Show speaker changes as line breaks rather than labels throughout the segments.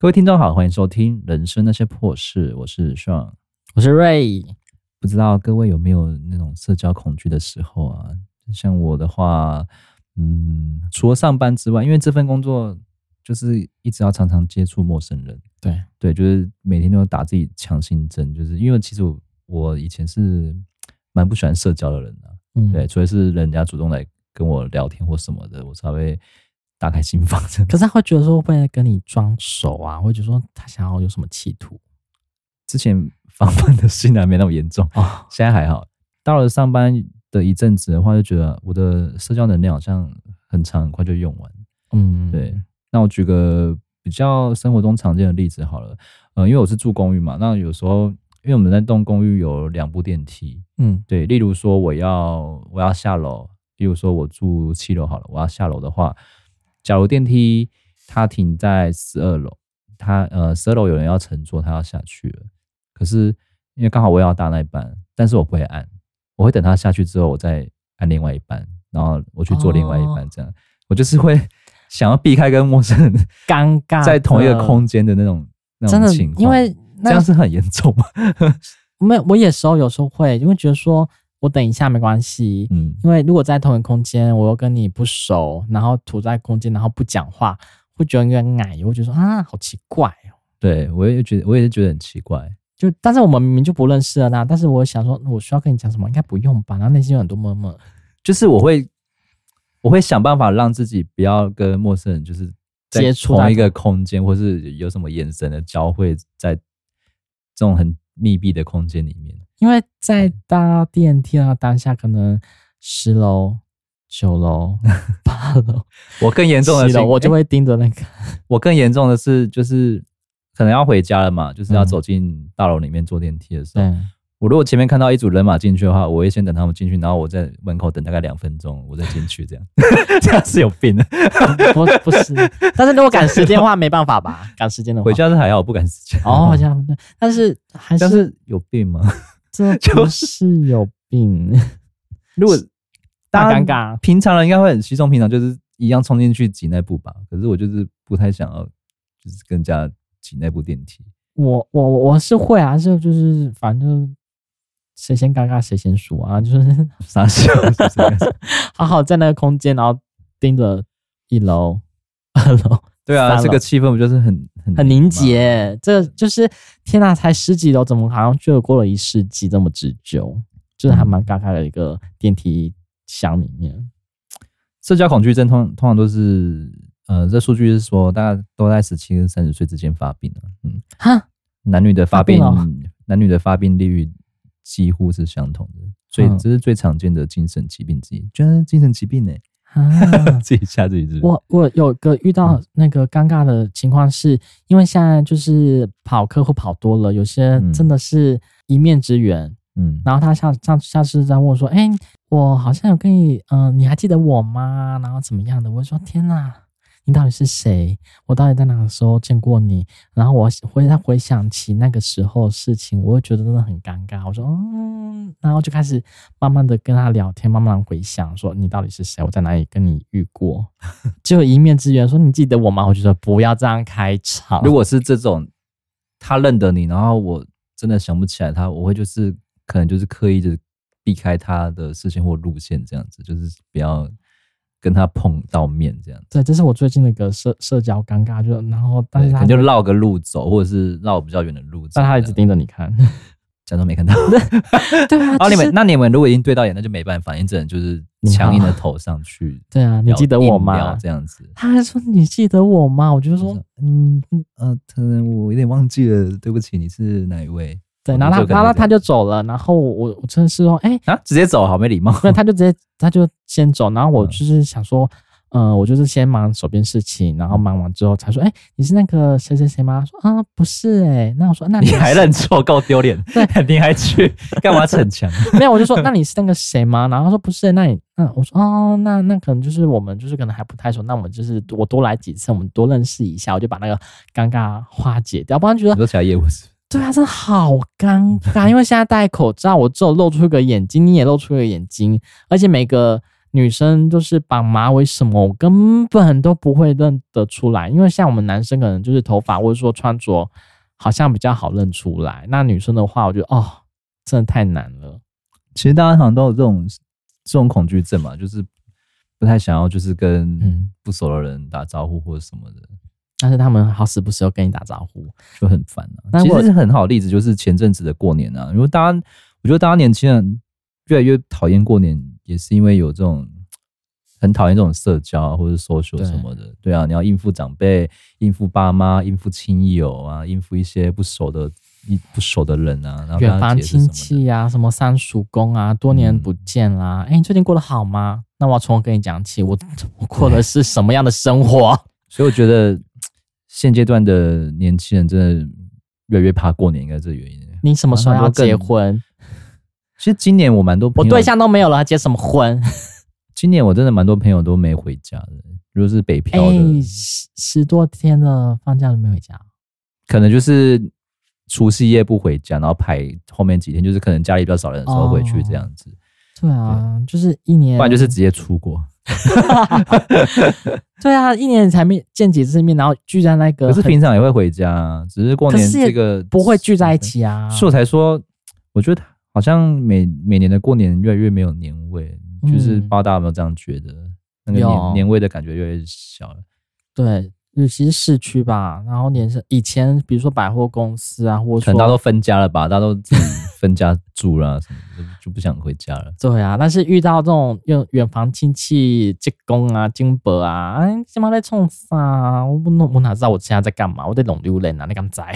各位听众好，欢迎收听《人生那些破事》，我是 Sean。
我是瑞，
不知道各位有没有那种社交恐惧的时候啊？像我的话，嗯，除了上班之外，因为这份工作就是一直要常常接触陌生人，
对，
对，就是每天都打自己强心针，就是因为其实我我以前是蛮不喜欢社交的人的、
嗯，
对，。除非是人家主动来跟我聊天或什么的，我才会打开心房 这样
可是他会觉得说会不会跟你装熟啊，或者说他想要有什么企图
之前防范的心还没那么严重，
哦，
现在还好。到了上班的一阵子的话，就觉得我的社交能量好像很长，很快就用完。
嗯，
对，那我举个比较生活中常见的例子好了，呃，因为我是住公寓嘛，那有时候因为我们那栋公寓有两部电梯，
嗯
对，例如说我要我要下楼，例如说我住七楼好了，我要下楼的话，假如电梯它停在十二楼，它呃十二楼有人要乘坐，他要下去了，可是因为刚好我也要搭那一班，但是我不会按，我会等他下去之后，我再按另外一班，然后我去坐另外一
哦
班，这样、我就是会 想要避开跟陌生人
尴尬
在同一个
的
空间的那种那
真
种
的
情，况，
因为
这
那
样是很严重嘛，
没有我有时候有时候会，因为觉得说我等一下没关系，
嗯，
因为如果在同一个空间，我又跟你不熟，然后处在空间，然后不讲话，会觉得有点矮，我会觉得说啊，好奇怪哦。
对我也觉得我也是觉得很奇怪。
就但是我们明明就不认识了啦，但是我想说，我需要跟你讲什么？应该不用吧？然后内心有很多闷闷，
就是我会，我会想办法让自己不要跟陌生人就是在
接触
同
到
一个空间，或是有什么眼神的交汇，在这种很密闭的空间里面。
因为在搭电梯的当下，可能十楼、九 楼、八楼、
我更严重的
七
是，
楼，我就
诶
会盯着那个。
我更严重的是，就是可能要回家了嘛，就是要
嗯
走进大楼里面坐电梯的时候，
对，
我如果前面看到一组人马进去的话，我会先等他们进去，然后我在门口等大概两分钟，我再进去，这样 这样是有病 的。
不不是，但是如果赶时间的话，没办法 吧？赶时间的话
回，家是还好，我不敢时间。
哦，好，像对，但是 还
但
是
是有病吗？
这
就
不是有病，
如果
大尴
当
尬。啊
平常人应该会很稀松平常，就是一样冲进去挤那步吧。可是我就是不太想要，就是跟人家挤那部电梯。
我我我是会啊，就就是反正就是谁先尴尬谁先输啊，就是
傻笑是不是应该是？
好好在那个空间，然后盯着一楼、二楼，
对
烦
啊，
了
这个气氛不就是很很
很凝
吗？
结。这就是天呐，才十几楼，怎么好像就过了一世纪这么之久？就是还蛮尴尬的一个电梯箱里面。
社交恐惧症通通常都是，呃，这数据是说大家都在十七跟三十岁之间发病啊。嗯，
哈，
男女的发病，
发病
男女的发病率几乎是相同的，所以
嗯
这是最常见的精神疾病之一。居然是精神疾病呢、
啊
自己吓自己是不是？
我我有个遇到那个尴尬的情况是，因为现在就是跑客户跑多了，有些
嗯
真的是一面之缘，
嗯，
然后他下下下次再问我说：“哎、我好像有跟你，嗯、你还记得我吗？然后怎么样的？”我就说：“天哪，你到底是谁？我到底在哪个时候见过你？”然后我回他回想起那个时候的事情，我会觉得真的很尴尬。我说：“嗯。”然后就开始慢慢的跟他聊天，慢慢地回想说：“你到底是谁？我在哪里跟你遇过？” 只有一面之缘，说：“你记得我吗？”我就说：“不要这样开场。”
如果是这种，他认得你，然后我真的想不起来他，我会就是可能就是刻意的避开他的视线或路线，这样子，就是不要跟他碰到面这样子。
对，这是我最近的一个社社交尴尬，就然后但
对，
是
可
他
能就绕个路走，或者是绕比较远的路走这
但
样。
他一直盯着你看。
假装没看到。
对 啊，
哦，
就
你们
是
那你们如果已经对到眼，那就没办法，你只能就是
你好
强硬的投上去。
对啊，你
聊
记得我
硬聊
吗？
这样子。
他还说你记得我吗？我就
就
说
说嗯嗯呃，可能我有点忘记了，对不起，你是哪一位
对，
哦
然后
你就
他
跟他
然后
这样
他就走了，然后我我真的是说，哎，
啊？直接走，好没礼貌。
没有，他就直接他就先走，然后我
嗯
就是想说，嗯，我就是先忙手边事情，然后忙完之后才说，哎，你是那个谁谁谁吗？他说啊，不是哎，那我说那
你
是
还认错，够丢脸。 你还去干嘛逞强？
没有，我就说那你是那个谁吗？然后他说不是，那你那我说哦，那那可能就是我们就是可能还不太熟，那我们就是我多来几次，我们多认识一下，我就把那个尴尬化解掉，不然觉得
你说起来业务是
对啊，真的好尴尬，因为现在戴口罩，我只有露出一个眼睛，你也露出一个眼睛，而且每个女生就是绑马尾什么，我根本都不会认得出来，因为像我们男生可能就是头发或者说穿着好像比较好认出来，那女生的话，我觉得哦，真的太难了。
其实大家好像都有这种这种恐惧症嘛，就是不太想要就是跟
嗯
不熟的人打招呼或者什么的，
但是他们好死不死又跟你打招呼，
就很烦啊。
但
其
我
实是很好的例子，就是前阵子的过年啊，因为大家我觉得大家年轻人越来越讨厌过年，也是因为有这种。很讨厌这种社交啊或者 social
对
什么的，对啊，你要应付长辈、应付爸妈、应付亲友啊，应付一些不熟的、一不熟的人啊，然后跟
远
他
房
解释什么
亲
的
戚呀、什么三叔公啊，多年不见啦，哎、你最近过得好吗？那我要从我跟你讲起，我我过的是什么样的生活？
所以我觉得现阶段的年轻人真的越来越怕过年，应该是这个原因。
你什么时
啊
候
那
要
我更
结婚？
其实今年我蛮多
我
朋友，
对象都没有了，还结什么 婚？
今年我真的蛮多朋友都没回家的，如果是北
哎、
漂的，
十十多天的放假都没回家，
可能就是除夕夜不回家，然后排后面几天，就是可能家里比较少人的时候回去这样子，
对啊，就是一年，
不然就是直接出国。
对啊，一年才面见几次面，然后聚在那个
可是
很
平常也会回家，只是过
可
年
是也
这个
不会聚在一。起啊，
所以我才说，我觉得好像每每年的过年越来越没有年味，
嗯
就是不知道大家有没有这样觉得？那个年
有
年味的感觉越来越小了。
对，尤其是市区吧，然后年是以前比如说百货公司啊，或者
可
说
能大家都分家了吧，大家都自己分家住啦、什么的，就不想回家了。
对啊，但是遇到这种远远房亲戚、舅公啊、金伯啊，哎，他妈在冲啥？我不弄，我哪知道我现在在干嘛？我在弄榴莲啊，你敢在？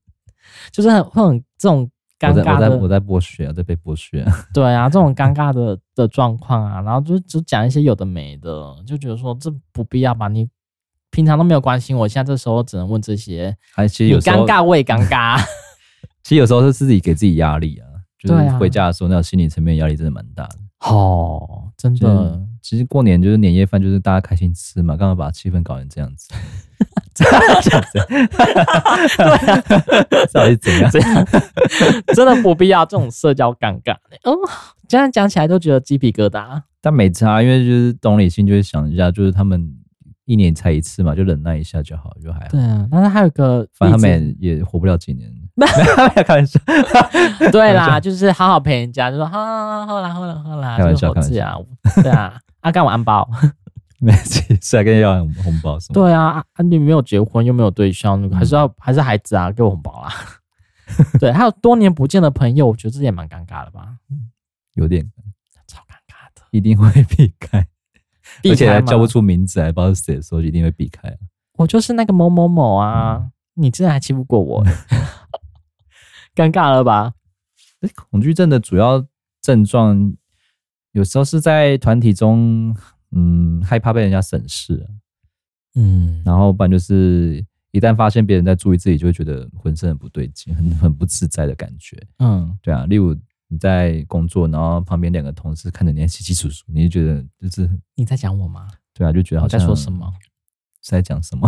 就是很会很这种尴
我在
尬
我在我
的，
在剥削，我啊在被剥削。
对啊，这种尴尬的的状况啊，然后就就讲一些有的没的，就觉得说这不必要吧？你平常都没有关心我，现在这时候只能问这些，
还其实
你
有时候
尴，尬我也尴 尬。
其实有时候是自己给自己压力啊，就是
对啊
回家的时候那种心理层面压力真的蛮大的。
哦，真
就
的
是，其实过年就是年夜饭，就是大家开心吃嘛，干嘛把气氛搞成这样子？ 这样子，对啊，到底怎 样？
真的不必要这种社交尴尬。哦，这样讲起来都觉得鸡皮疙瘩。
但没差，因为就是懂理性，就会想一下，就是他们一年才一次嘛，就忍耐一下就好，就还好。
对啊，但是还有个
反正他
例子
们也也活不了几 年，没有开玩笑，
对啦，就是好好陪人家，就说好好好好啦，好啦，好啦，
开玩笑
就是猴子啊，对啊， 阿干我安保，
没几次还跟人要红包什么。，
对啊，啊啊你没有结婚又没有对象，还是要还是孩子啊，给我红包啦。 对，还有多年不见的朋友，我觉得这也蛮尴尬的吧，
有点
超尴尬的，
一定会避开，
避
而且
开
还
吗
叫不出名字，还不知道是谁的时候，一定会避开。
我就是那个某某某啊，你之前还欺负过 我，尴尬了吧？
诶恐惧症的主要症状，有时候是在团体中，嗯，害怕被人家审视啊、
嗯，
然后不然就是一旦发现别人在注意自己，就会觉得浑身很不对劲，很很不自在的感觉。
嗯，
对啊，例如你在工作，然后旁边两个同事看着你哎稀稀疏疏，你就觉得就是
你在讲我吗？
对啊，就觉得好
我
像
在说什么？
是在讲什么，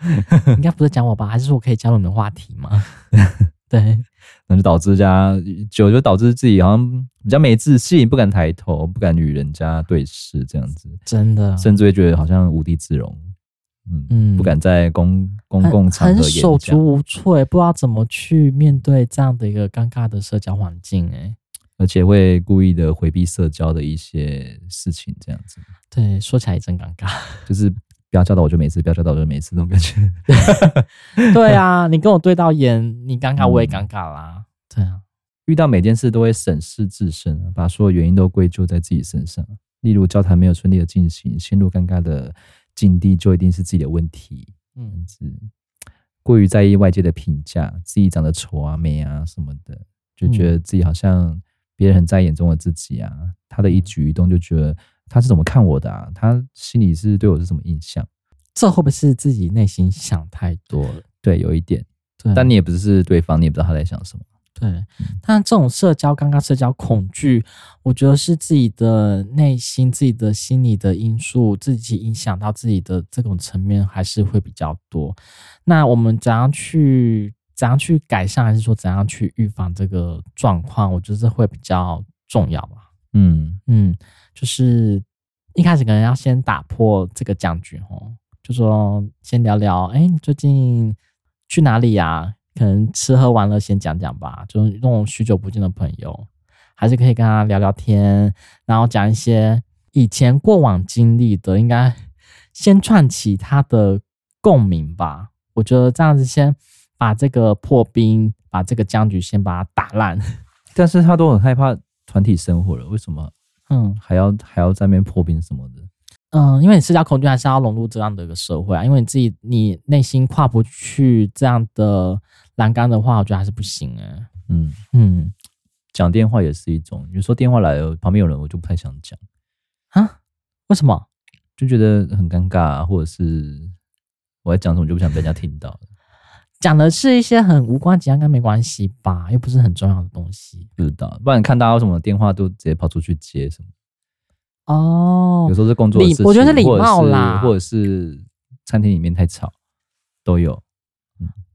应该不是讲我吧？还是说我可以加入你的话题吗？对，
那就导致家久就导致自己好像比较没自信，不敢抬头，不敢与人家对视，这样子，
真的，
甚至会觉得好像无地自容，嗯，
嗯
不敢在公公
很
共场
很
合演
手
讲。
足无措欸，不知道怎么去面对这样的一个尴尬的社交环境、欸，
而且会故意的回避社交的一些事情，这样子，
对，说起来也真尴尬。
就是不要教导我就没事，不要教导我就没事，这种感觉。
对啊，你跟我对到眼，你尴尬我也尴尬啦。对啊，
遇到每件事都会审视自身啊，把所有原因都归咎在自己身上。例如交谈没有顺利的进行，陷入尴尬的境地，就一定是自己的问题。
嗯
嗯，是过于在意外界的评价，自己长得丑啊、美啊什么的，就觉得自己好像别人很在意眼中的自己啊，他的一举一动就觉得他是怎么看我的啊，他心里是对我是什么印象？
这会不会是自己内心想太多了？
对，有一点，
对，啊
但你也不是对方，你也不知道他在想什么。
对，但这种社交尴尬、社交恐惧，我觉得是自己的内心、自己的心理的因素，自己影响到自己的这种层面，还是会比较多。那我们怎样去怎样去改善，还是说怎样去预防这个状况？我觉得这会比较重要吧。
嗯，
嗯，就是一开始可能要先打破这个僵局哦，就说先聊聊，哎、你最近去哪里呀、可能吃喝玩乐先讲讲吧，就是那种许久不见的朋友，还是可以跟他聊聊天，然后讲一些以前过往经历的，应该 先串起他的共鸣吧。我觉得这样子先把这个破冰，把这个僵局先把它打烂。
但是他都很害怕团体生活了，为什么
嗯，
还要还要在那边破冰什么的？
嗯，因为你社交恐惧还是要融入这样的一个社会啊，因为你自己你内心跨不去这样的栏杆的话，我觉得还是不行哎、
嗯，
嗯
讲电话也是一种，有时候电话来了，旁边有人我就不太想讲，
啊，为什么？
就觉得很尴尬、啊，或者是我在讲什么就不想被人家听到。
讲的是一些很无关紧要，应该没关系吧？又不是很重要的东西
不知道，不然看大家有什么电话都直接跑出去接什么，
哦
有。时候是工作的
礼
事情，
我觉得是礼
或者
貌啦
或者是餐厅里面太吵，都有。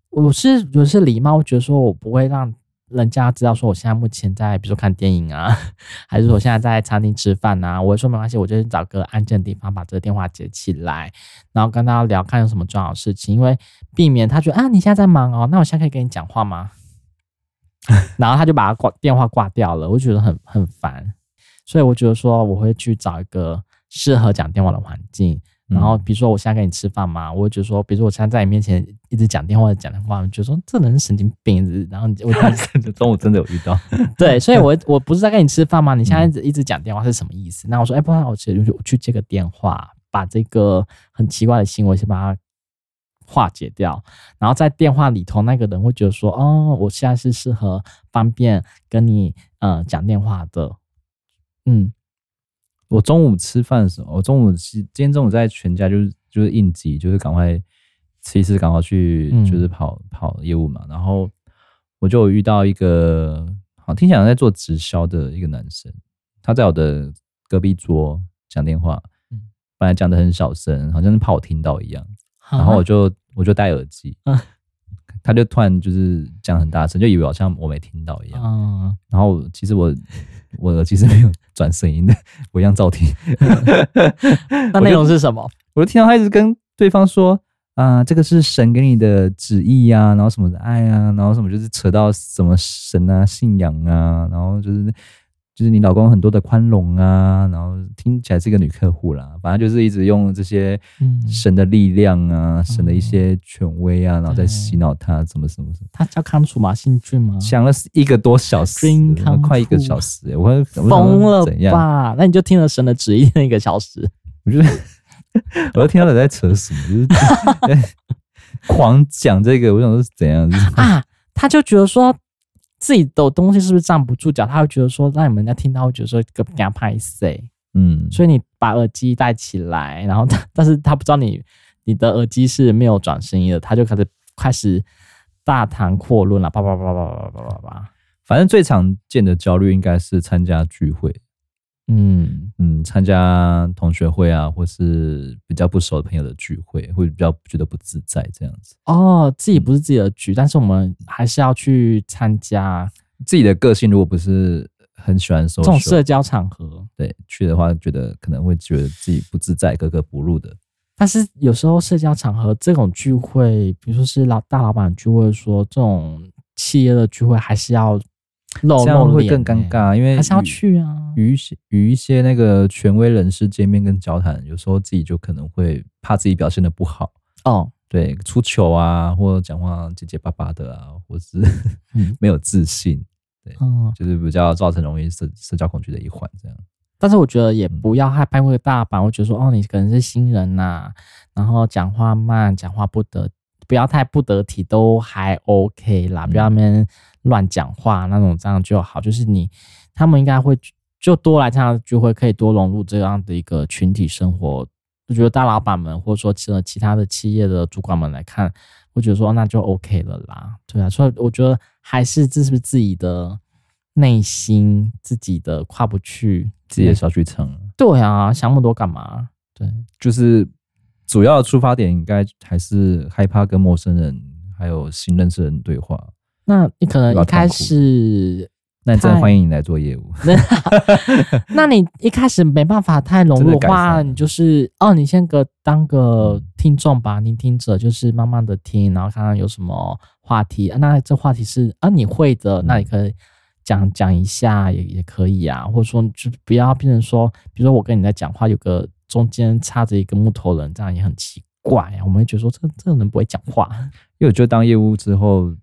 我是我是礼貌，我觉得说我不会让人家知道说我现在目前在，比如说看电影啊， 还是说我现在在餐厅吃饭啊。我会说没关系，我就去找个安静的地方把这个电话接起来，然后跟大家聊看有什么重要的事情，因为避免他觉得啊你现在在忙哦，那我现在可以跟你讲话吗？ 然后他就把他挂电话挂掉了，我觉得很很烦，所以我觉得说我会去找一个适合讲电话的环境，
嗯
然后比如说我现在跟你吃饭嘛，我会觉得说，比如说我现在在你面前一直讲电话讲电话，你觉得说这人神经病，一直然后你我
嗯 中午真的有遇到，
对，所以我我不是在跟你吃饭吗？你现在一直一直讲电话是什么意思？那我说，哎、不然我去我去接个电话，把这个很奇怪的行为先把它化解掉，然后在电话里头那个人会觉得说，哦，我现在是适合方便跟你呃讲电话的，嗯，
我中午吃饭的时候，我中午是今天中午在全家就是就是应急，就是赶快吃一吃，赶快去
嗯
就是跑、跑业务嘛。然后我就有遇到一个好像听起来好像在做直销的一个男生，他在我的隔壁桌讲电话
嗯，
本来讲的很小声，好像是怕我听到一样。然后我
好
就我就戴耳机，
嗯
他就突然就是讲很大声，就以为好像我没听到一样。
嗯，
然后其实我我耳机是没有转声音的，我一样照听。
那内容是什么？
我就听到他一直跟对方说啊、这个是神给你的旨意呀、然后什么的爱啊，然后什么就是扯到什么神啊、信仰啊，然后就是就是你老公很多的宽容啊，然后听起来是一个女客户啦，反正就是一直用这些
嗯哦
神的力量啊、神的一些权威啊，然后再洗脑他怎么什么什么，
他叫康楚吗？兴趣吗？
想了一个多小时
Dream，come
快一个
true
小时、欸，我我想说
疯了
怎样？
吧？那你就听了神的旨意那一个小时，
我觉得我都听到他在扯什么，就是 在狂讲这个，我想说是怎样？就是
啊，他就觉得说自己的东西是不是站不住脚，他会觉得说让你们人家听到，会觉得说给他拍谁，
嗯，
所以你把耳机戴起来，然后他 但是他不知道你你的耳机是没有转声音的，他就开始开始大谈阔论了，叭叭叭叭叭叭叭叭，
反正最常见的焦虑应该是参加聚会，
嗯
嗯，参加同学会啊，或是比较不熟的朋友的聚会，会比较觉得不自在这样子。
哦，自己不是自己的局，但是我们还是要去参加
自己的个性如果不是很喜欢 s
这
o
种社交场合。
对去的话，觉得可能会觉得自己不自在、格格不入的。
但是有时候社交场合这种聚会，比如说是老大老板聚会说，这种企业的聚会还是要露
这样
露
会
脸、欸
更尴，尬，因为
还是要
与
去啊。
与一些与一些那个权威人士见面跟交谈，有时候自己就可能会怕自己表现的不好，
哦，
对，出糗啊，或者讲话结结巴巴的啊，或是
嗯
没有自信，
嗯，
就是比较造成容易社社交恐惧的一环。这样，
但是我觉得也不要害怕那个大板，我觉得说哦，你可能是新人呐、然后讲话慢，讲话不得，不要太不得体，都还 OK 啦，不要那边乱讲话那种，这样就好。就是你他们应该会就多来参加聚会，可以多融入这样的一个群体生活。我觉得大老板们或者说其实其他的企业的主管们来看，我觉得说哦那就 OK 了啦，对啊，所以我觉得还是这是不是自己的内心自己的跨不去，
自己的小剧场、
对啊，想那么多干嘛？对，
就是主要的出发点应该还是害怕跟陌生人还有新认识的人对话。
那你可能
对啊
一开始
那真的
太
欢迎你来做业务。
那你一开始没办法太融入的
真的改
话，
善嗯
你就是哦，你先个当个听众吧，聆听者就是慢慢的听，然后看看有什么话题。啊、那这话题是啊你会的，那你可以讲讲一下也也可以啊，或者说你就不要变成说，比如说我跟你在讲话，有个中间插着一个木头人，这样也很奇怪、啊。我们会觉得说这这个人不会讲话，
因为我觉得当业务之后，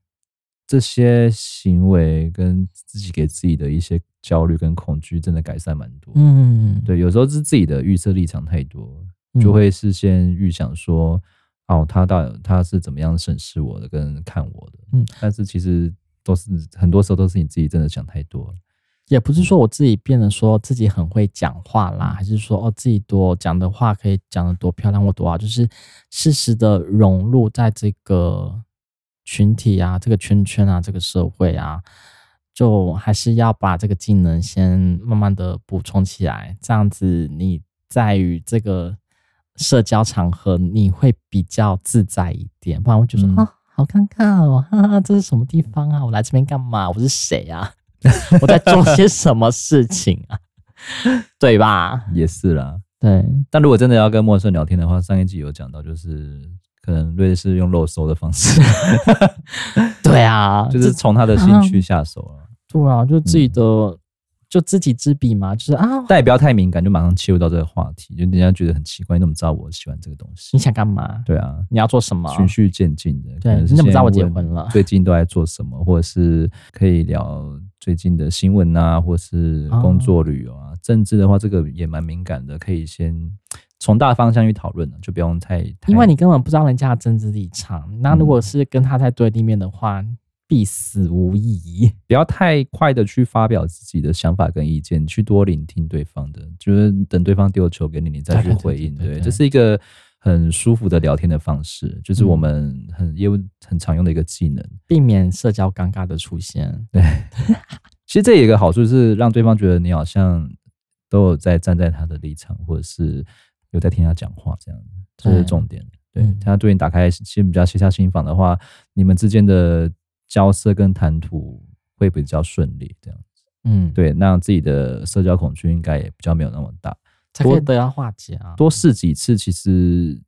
这些行为跟自己给自己的一些焦虑跟恐惧，真的改善蛮多。，
嗯，
对，有时候是自己的预设立场太多，
嗯，
就会事先预想说，哦，他到底他是怎么样审视我的跟看我的。
嗯，
但是其实都是很多时候都是你自己真的想太多了。
也不是说我自己变得说自己很会讲话啦，还是说哦自己多讲的话可以讲得多漂亮或多好，就是适时的融入在这个群体啊、这个圈圈啊、这个社会啊，就还是要把这个技能先慢慢的补充起来，这样子你在于这个社交场合你会比较自在一点，不然会觉得说、
嗯
啊好尴尬哦，哈、哈，这是什么地方啊？我来这边干嘛？我是谁啊？我在做些什么事情啊？对吧？
也是啦，
对，
但如果真的要跟陌生人聊天的话，上一集有讲到，就是可能瑞士用肉搜的方 式，
对啊，
就是嗯
这
从他的兴趣下手了。
对啊，就自己的，就知己知彼嘛，就是啊，
但也不要太敏感，就马上切入到这个话题，就人家觉得很奇怪，你怎么知道我喜欢这个东
你
西？
想干嘛？
对啊，
你要做什么？
循序渐进的。可能是
你怎么知道我
先
结婚了
问最近都在做什么，或者是可以聊最近的新闻啊，或是
哦
工作、旅游啊。政治的话，这个也蛮敏感的，可以先从大方向去讨论了，啊就不用太。太
因为你根本不知道人家的政治立场。那如果
嗯
是跟他在对立面的话，必死无疑。
不要太快的去发表自己的想法跟意见，去多聆听对方的，就是等对方丢球给你，你再去
对对对
回应。
对对
对，
对
这是一个很舒服的聊天的方式，就是
嗯
我们很业务很常用的一个技能。
避免社交尴尬的出现，
其实这有一个好处是让对方觉得你好像都有在站在他的立场，或者是有在听他讲话这样子，这
对
是重点。对
嗯
他对你打开心比较卸下心防的话，你们之间的交涉跟谈吐会比较顺利，这样。
嗯，，
对，那自己的社交恐惧应该也比较没有那么大。
才可以得到化解啊。
多试几次，其实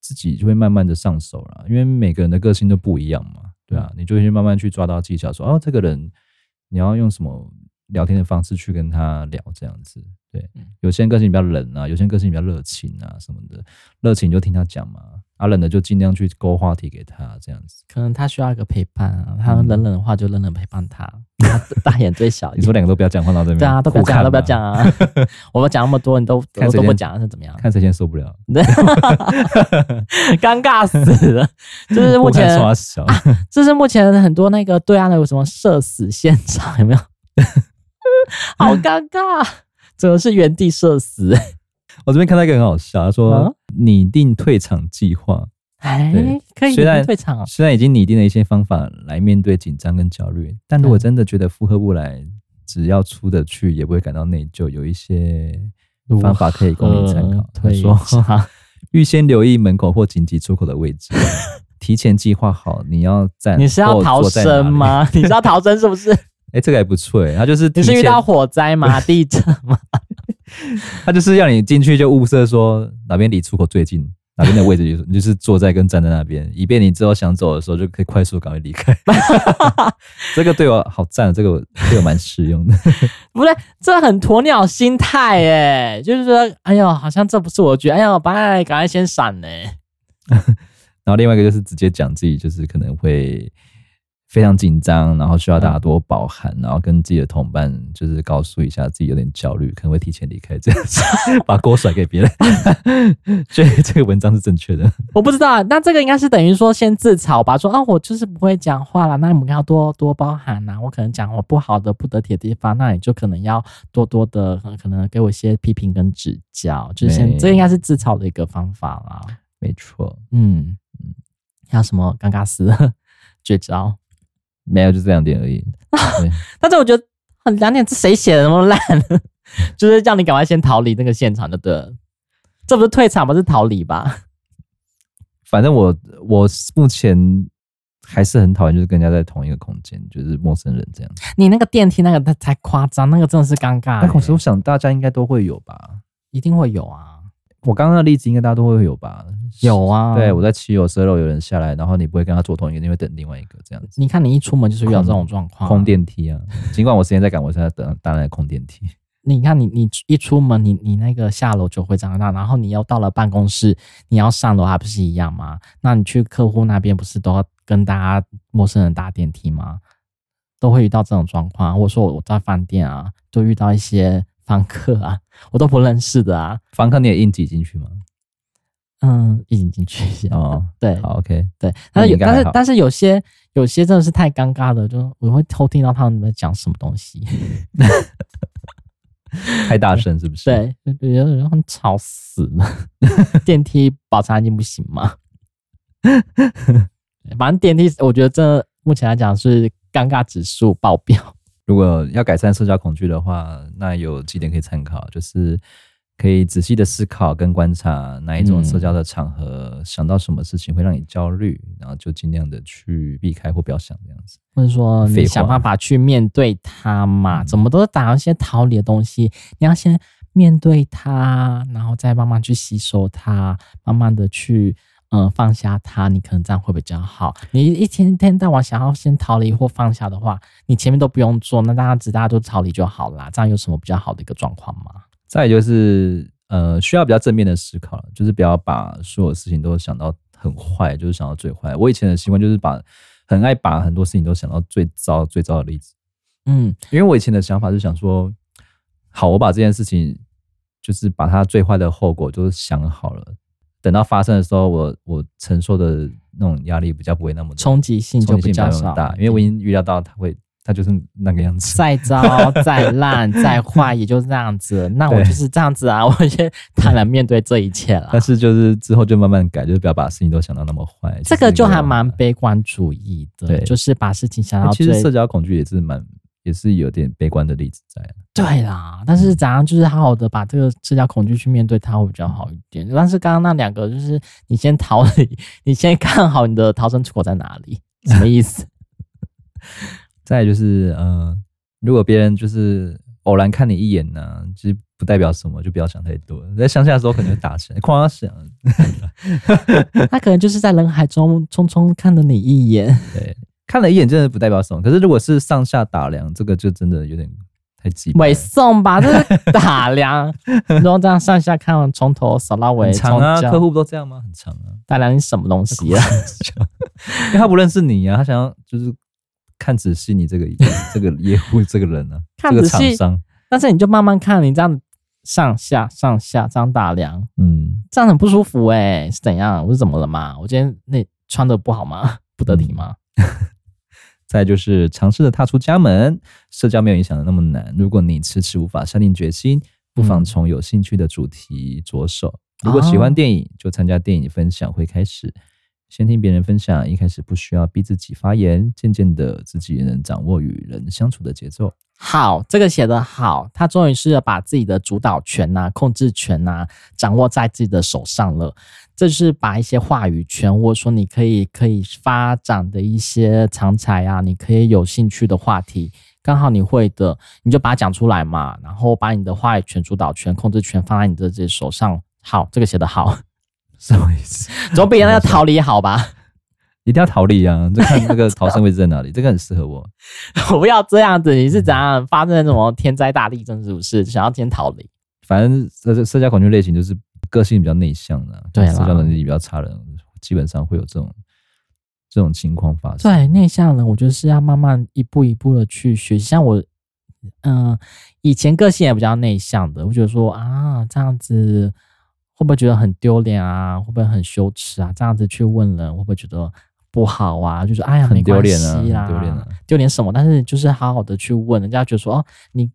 自己就会慢慢的上手了，因为每个人的个性都不一样嘛，对
嗯
啊，你就会去慢慢去抓到技巧说哦，这个人你要用什么聊天的方式去跟他聊，这样子。对
嗯，
有些人个性比较冷啊，有些人个性比较热情啊什么的，热情就听他讲嘛，啊冷的就尽量去勾话题给他这样子。
可能他需要一个陪伴啊，他
嗯
冷冷的话就冷冷陪伴他，他大眼对小
你
眼
说。两个都不要讲话到这边，
对啊，都不
嗯
要
互
讲，
看
都不要
嘛
讲， 啊！我们讲那么多，你都
看
都
谁
都不
先
讲，是怎么样？
看谁先受不了。
尴尬死了！就是目
互看
前，
刷 小。
这是目前很多那个对岸的有什么社死现场 有没有？好尴尬，真的是原地社死。
我这边看到一个很好笑，他
啊
说拟定退场计划，
哎
对，
可以
虽然
退场哦，
啊虽然已经拟定了一些方法来面对紧张跟焦虑，但如果真的觉得负荷不来，只要出得去，也不会感到内疚，有一些方法可以供
嗯
你参考。呃他
退
说，
场，
预先留意门口或紧急出口的位 置，提前计划好你要站，
你是要逃生？吗？ 你是要逃生是不是？
哎、这个还不错哎、他就是
你
提
是遇
前
到，火 灾吗？地震吗？
他就是要你进去就物色说哪边离出口最近。哪边的位置就是 你就是坐在跟站在那边，以便你之后想走的时候就可以快速赶快离开。 这个对我好赞，哦这个我这个蛮实用的。
不对，这很鸵鸟心态哎，就是说，哎呦，好像这不是我的局，哎呦，拜，赶快先闪呢。
然后另外一个就是直接讲自己，就是可能会非常紧张，然后需要大家多包涵，然后跟自己的同伴就是告诉一下自己有点焦虑，可能会提前离开，这样子 把锅甩给别人。 所以这个文章是正确的，
我不知道，那这个应该是等于说先自嘲吧，说啊，我就是不会讲话啦，那你们要多多包涵呐、我可能讲我不好的、不得体的地方，那你就可能要多多的，呃可能给我一些批评跟指教，就是先
对
这应该是自嘲的一个方法啦。
没错。
嗯，还有什么尴尬死 绝招？
没有，就这两点而已。对
但是我觉得很两点，这谁写的那么烂？ 就是让你赶快先逃离那个现场就对了。这不是退场吧，是逃离吧？
反正我我目前还是很讨厌，就是跟人家在同一个空间，就是陌生人这样子。
你那个电梯那个才才夸张，那个真的是尴尬、
但可是
欸
我想大家应该都会有吧？
一定会有啊，
我刚刚的例子应该大家都会有吧？
有啊。
对，我在七楼、十二楼有人下来，然后你不会跟他坐同一个，你会等另外一个这样子。
你看你一出门就是遇到这种状况，
空。电梯啊，尽管我时间在赶，我现在等当然空电梯。
你看你你一出门，你你那个下楼就会这样，那然后你又到了办公室，你要上楼还不是一样吗？那你去客户那边不是都要跟大家陌生人搭电梯吗？都会遇到这种状况。我说我在饭店啊，就遇到一些房客啊，我都不认识的啊，
房客，你也硬挤进 去吗？
嗯，一起进去一下。
哦，
对
好，OK，
对，
那
但
你
是有
应该
但
还
是
好
但是有些有些真的是太尴尬了，就我会偷听到他们在讲什么东西。
太大声是不是？，
对，就觉得人很吵死 了。电梯保持安静不行吗？反正电梯，我觉得这目前来讲是尴尬指数爆表。
如果要改善社交恐惧的话，那有几点可以参考，就是可以仔细的思考跟观察哪一种
嗯
社交的场合，想到什么事情会让你焦虑，然后就尽量的去避开或不要想这样子。
或者说，
废
你
话
想办法去面对它嘛，
嗯
怎么都是打一些逃离的东西，你要先面对它，然后再慢慢去吸收它，慢慢的去。嗯，放下它，你可能这样会比较好。你一天一天到晚想要先逃离或放下的话，你前面都不用做，那大家只大家都逃离就好啦。这样有什么比较好的一个状况吗？
再来就是呃，需要比较正面的思考了，就是不要把所有事情都想到很坏，就是想到最坏。我以前的习惯就是把很爱把很多事情都想到最糟最糟的例子，
嗯
因为我以前的想法是想说，好，我把这件事情就是把它最坏的后果就是想好了，等到发生的时候，我我承受的那种压力比较不会那么的，
冲击性就
冲击
比
性
较
没有那
少啊
么，大，因为我已经预料到它会，它就是那个样子。
再糟再烂再坏也就这样子。那我
对
就是这样子啊，我先坦然面对这一切 了
但。是就是之后就慢慢改，就是不要把事情都想到那么坏。
这
是
个就
那
还蛮
样
悲观主义的，
对
就是把事情想
欸
到
其
最
实社交恐惧也是蛮也是有点悲观的例子在啊。
对啦。但是怎样，就是好好的把这个社交恐惧去面对它会比较好一点。但是刚刚那两个，就是你先逃 离，你先看好你的逃生出口在哪里，什么 意思？
再来就是呃，如果别人就是偶然看你一眼呢、其实不代表什么，就不要想太多。在乡下的时候可能会打起 来，哐想，
他可能就是在人海中匆匆看了你 一眼，
对，看了一眼真的不代表什么。可是如果是上下打量，这个就真的有点太鸡巴了
尾送吧，这是打量，然后这样上下看，从头扫到尾，
很长啊，
从脚
客户不都这样吗？很长啊，
打量你什么东西啊？
因为他不认识你啊，他想要就是看仔细你这个这个业务这个人啊，
看
这个
仔细
厂商，
但是你就慢慢看，你这样上下上下这样打量，
嗯。
这样很不舒服哎、是怎样？我是怎么了嘛？我今天那穿的不好吗？ 不得体吗？
再就是尝试着踏出家门，社交没有你想的那么难。如果你迟迟无法下定决心，不妨
嗯
从有兴趣的主题着手。如果喜欢电影，就参加电影分享会开始，先听别人分享，一开始不需要逼自己发言，渐渐的自己也能掌握与人相处的节奏。
好，这个写的好，他终于是把自己的主导权呐、控制权呐、掌握在自己的手上了。这是把一些话语权，或者说你可以可以发展的一些长才啊，你可以有兴趣的话题，刚好你会的，你就把它讲出来嘛，然后把你的话语权、主导权、控制权放在你的自己手上。好，这个写的好，
什么意思？
总比那个逃离好吧？
一定要逃离啊！就看 那个逃生位置在哪里，这个很适合我。
我不要这样子，你是怎样发生什么天灾大地震是不是？想要先逃离？
反正社社交恐惧类型就是个性比较内向的、啊
对啦
社交能力比较差的人，基本上会有这种这种情况发生。
对，内向人，我就是要慢慢一步一步的去学习。像我，嗯、以前个性也比较内向的，我觉得说啊，这样子会不会觉得很丢脸啊？会不会很羞耻啊？这样子去问人，会不会觉得不好啊？就是哎呀，
很
没
丢
关
脸
系
啊，
啦，
很丢脸啊。
丢脸什么，但是就是好好的去问，人家觉得说哦，你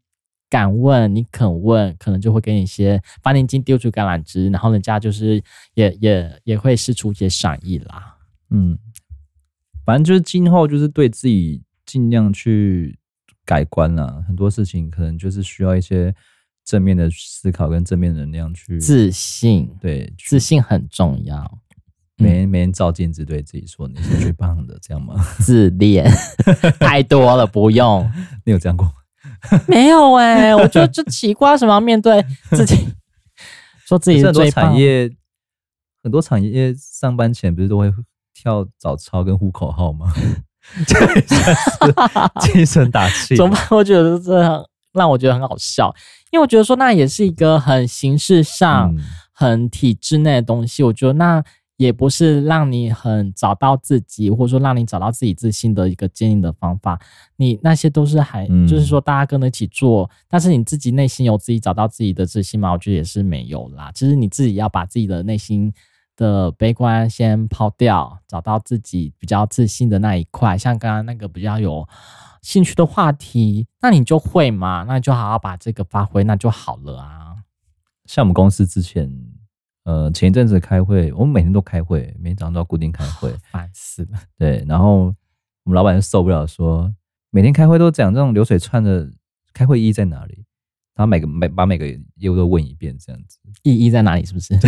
敢问，你肯问，可能就会给你一些把你已经丢出橄榄枝，然后人家就是也也也会试出一些善意啦。
嗯，反正就是今后就是对自己尽量去改观啦，很多事情可能就是需要一些正面的思考跟正面能量去
自信，
对去
自信很重要。 嗯
没人没人照镜子对自己说你是最棒的，这样吗？
自恋太多了，不用。
你有这样过吗？
没有哎、
欸
我就就奇怪，什么要面对自己， 说自己
可是很
是
多
最棒
产。业，很多产业上班前不是都会跳早操跟呼口号吗？ 这也算是精神打气。
怎么办？我觉得这很让我觉得很好笑，因为我觉得说那也是一个很形式上、
嗯
很体制内的东西。我觉得那也不是让你很找到自己，或者说让你找到自己自信的一个建议的方法。你那些都是还、
嗯
就是说大家跟着一起做，但是你自己内心有自己找到自己的自信吗？我觉得也是没有啦。其实你自己要把自己的内心。的悲观先抛掉，找到自己比较自信的那一块，像刚刚那个比较有兴趣的话题，那你就会嘛，那你就好好把这个发挥，那就好了啊。
像我们公司之前，呃，前一阵子开会，我们每天都开会，每天早上都要固定开 会。
烦死了，
对，然后我们老板就受不了说每天开会都讲这种流水串的开会意义在哪里，然后每个每把每个业务都问一遍，这样 子
意义在哪里？是不是？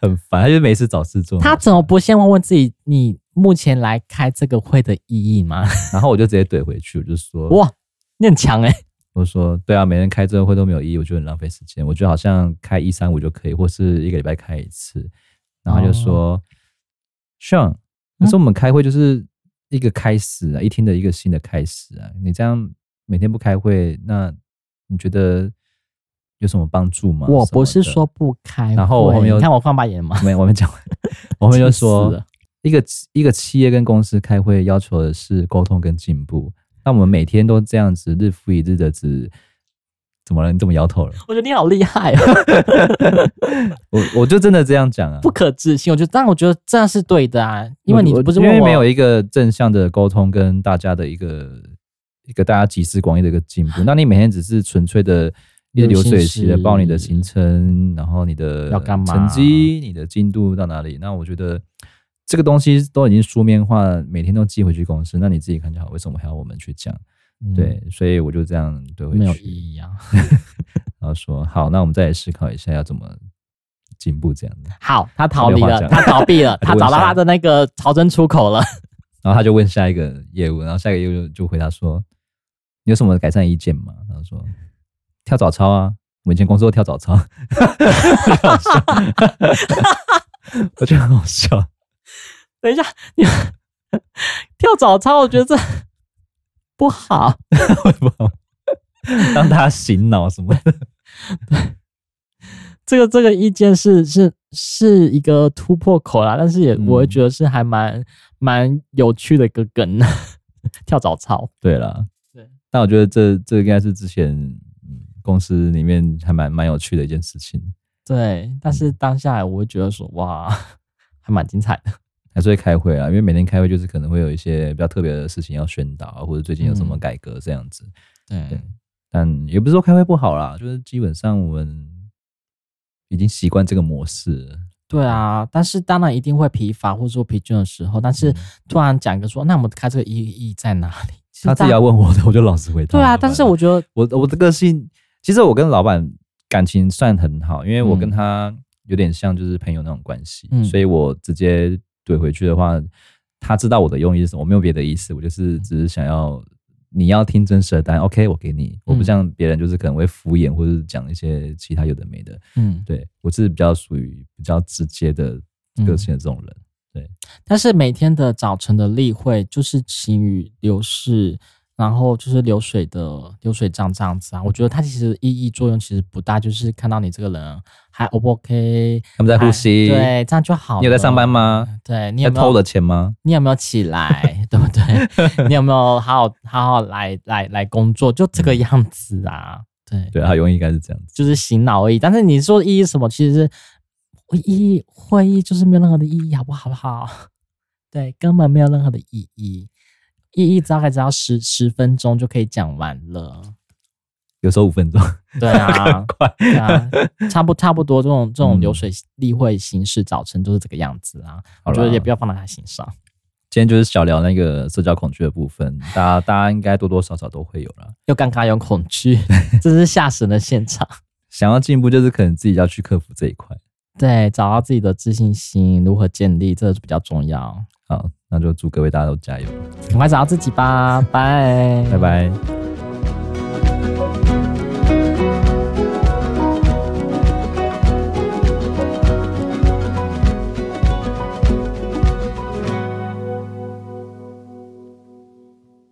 很烦，他就没事找事做。
他怎么不先问问自己，你目前来开这个会的意义 吗？
然后我就直接怼回去，我就说，
哇，你很强哎、
我说对啊，每天开这个会都没有意义，我觉得很浪费时间。我觉得好像开一三五就可以，或是一个礼拜开一次。然后他就
哦
说、s e a n
嗯
可是我们开会就是一个开始啊，一天的一个新的开始啊。你这样每天不开会，那你觉得有什么帮助吗？
我
什么
不是
的
说不开会，
然后我后面又
哎你看我放白眼吗？
没，我没讲完， 我后面就
气死
说
了，
一个一个企业跟公司开会要求的是沟通跟进步，那我们每天都这样子日复一日的只，怎么了？你怎么摇头了？
我觉得你好厉害、哦，
我我就真的这样讲啊，
不可置信。我觉得，但我觉得这样是对的啊，因为你
我
不是
因
问
为
我
没有一个正向的沟通跟大家的一个一个大家集思广益的一个进步，那你每天只是纯粹 的。一些流水席的报你的行程，然后你的
要干嘛
成绩、你的进度到哪里？那我觉得这个东西都已经书面化，每天都寄回去公司，那你自己看就好，为什么还要我们去讲？
嗯
对，所以我就这样对回
没有
去，
意义啊。
然后说好，那我们再来思考一下要怎么进步这样子。
好，他逃离
没有话
了，
讲
他逃避了，
他
他
就
找到
问下一个
他的那个逃生出口了。
然后他就问下一个业务，然后下一个业务就就回答说：“你有什么改善意见吗？”然后说：“跳早操啊，我以前公司都跳早操，我觉得很好笑。
等一下，你跳早操，我觉得这 不好。
我觉得很好笑，让他醒脑什么的。
这个这个意见是是是一个突破口啦，但是也
嗯
我会觉得是还蛮蛮有趣的一个梗， 跳早操。
对了，
对，
但我觉得这这应该是之前嗯公司里面还蛮蛮有趣的一件事情，
对，但是当下我会觉得说哇，还蛮精彩的。
还是会开会啊，因为每天开会就是可能会有一些比较特别的事情要宣导啊，或者最近有什么
嗯
改革这样子。
对
但也不是说开会不好啦，就是基本上我们已经习惯这个模式了。
对啊，但是当然一定会疲乏或者说疲倦的时候，但是突然讲一个说，那我们开这个意义在哪里？其实
他自己
大
要问我的，我就老实回答。
对
老
啊，
板
但是我觉得
我我的个性，其实我跟老板感情算很好，因为我跟
嗯
他有点像就是朋友那种关系，
嗯
所以我直接怼回去的话，他知道我的用意是什么，我没有别的意思，我
嗯
就是只是想要。你要听真实的答案，OK，我给你。我不
嗯
像别人，就是可能会敷衍或者是讲一些其他有的没的。
嗯，
对我是比较属于比较直接的个性的这种人。
但是每天的早晨的例会就是行于流逝，然后就是流水的流水账这样子啊。我觉得它其实意义作用其实不大，就是看到你这个人还 O 不 OK，
他们在呼吸，
哎对，这样就好了。
你有在上班吗？
对你
在
有没
偷
有
我的钱吗？
你有没有起来， 对不对？你有没有好好好好来来来工作？就这个
嗯
样子啊，对，
对，他容易应该是这样子。
就是醒脑而已。但是你说意义是什么，其实是意义会议就是没有任何的意义，好不好？好不好？ 对，根本没有任何的意义，意义大概只要十十分钟就可以讲完了。
有时候五分钟，
对啊
很，快。
对啊， 差不差不多这种这种
嗯
流水例会形式，早晨就是这个样子啊。
好
我觉得
啦
也不要放在他心上。
今天就是小聊那个社交恐惧的部分，大家大家应该多多少少都会有啦。
又尴尬又恐 惧，这是吓死人的现场。
想要进步，就是可能自己要去克服这一块。
对，找到自己的自信心，如何建立，这个是比较重要。
好，那就祝各位大家都加油，
赶快找到自己吧，拜
拜拜。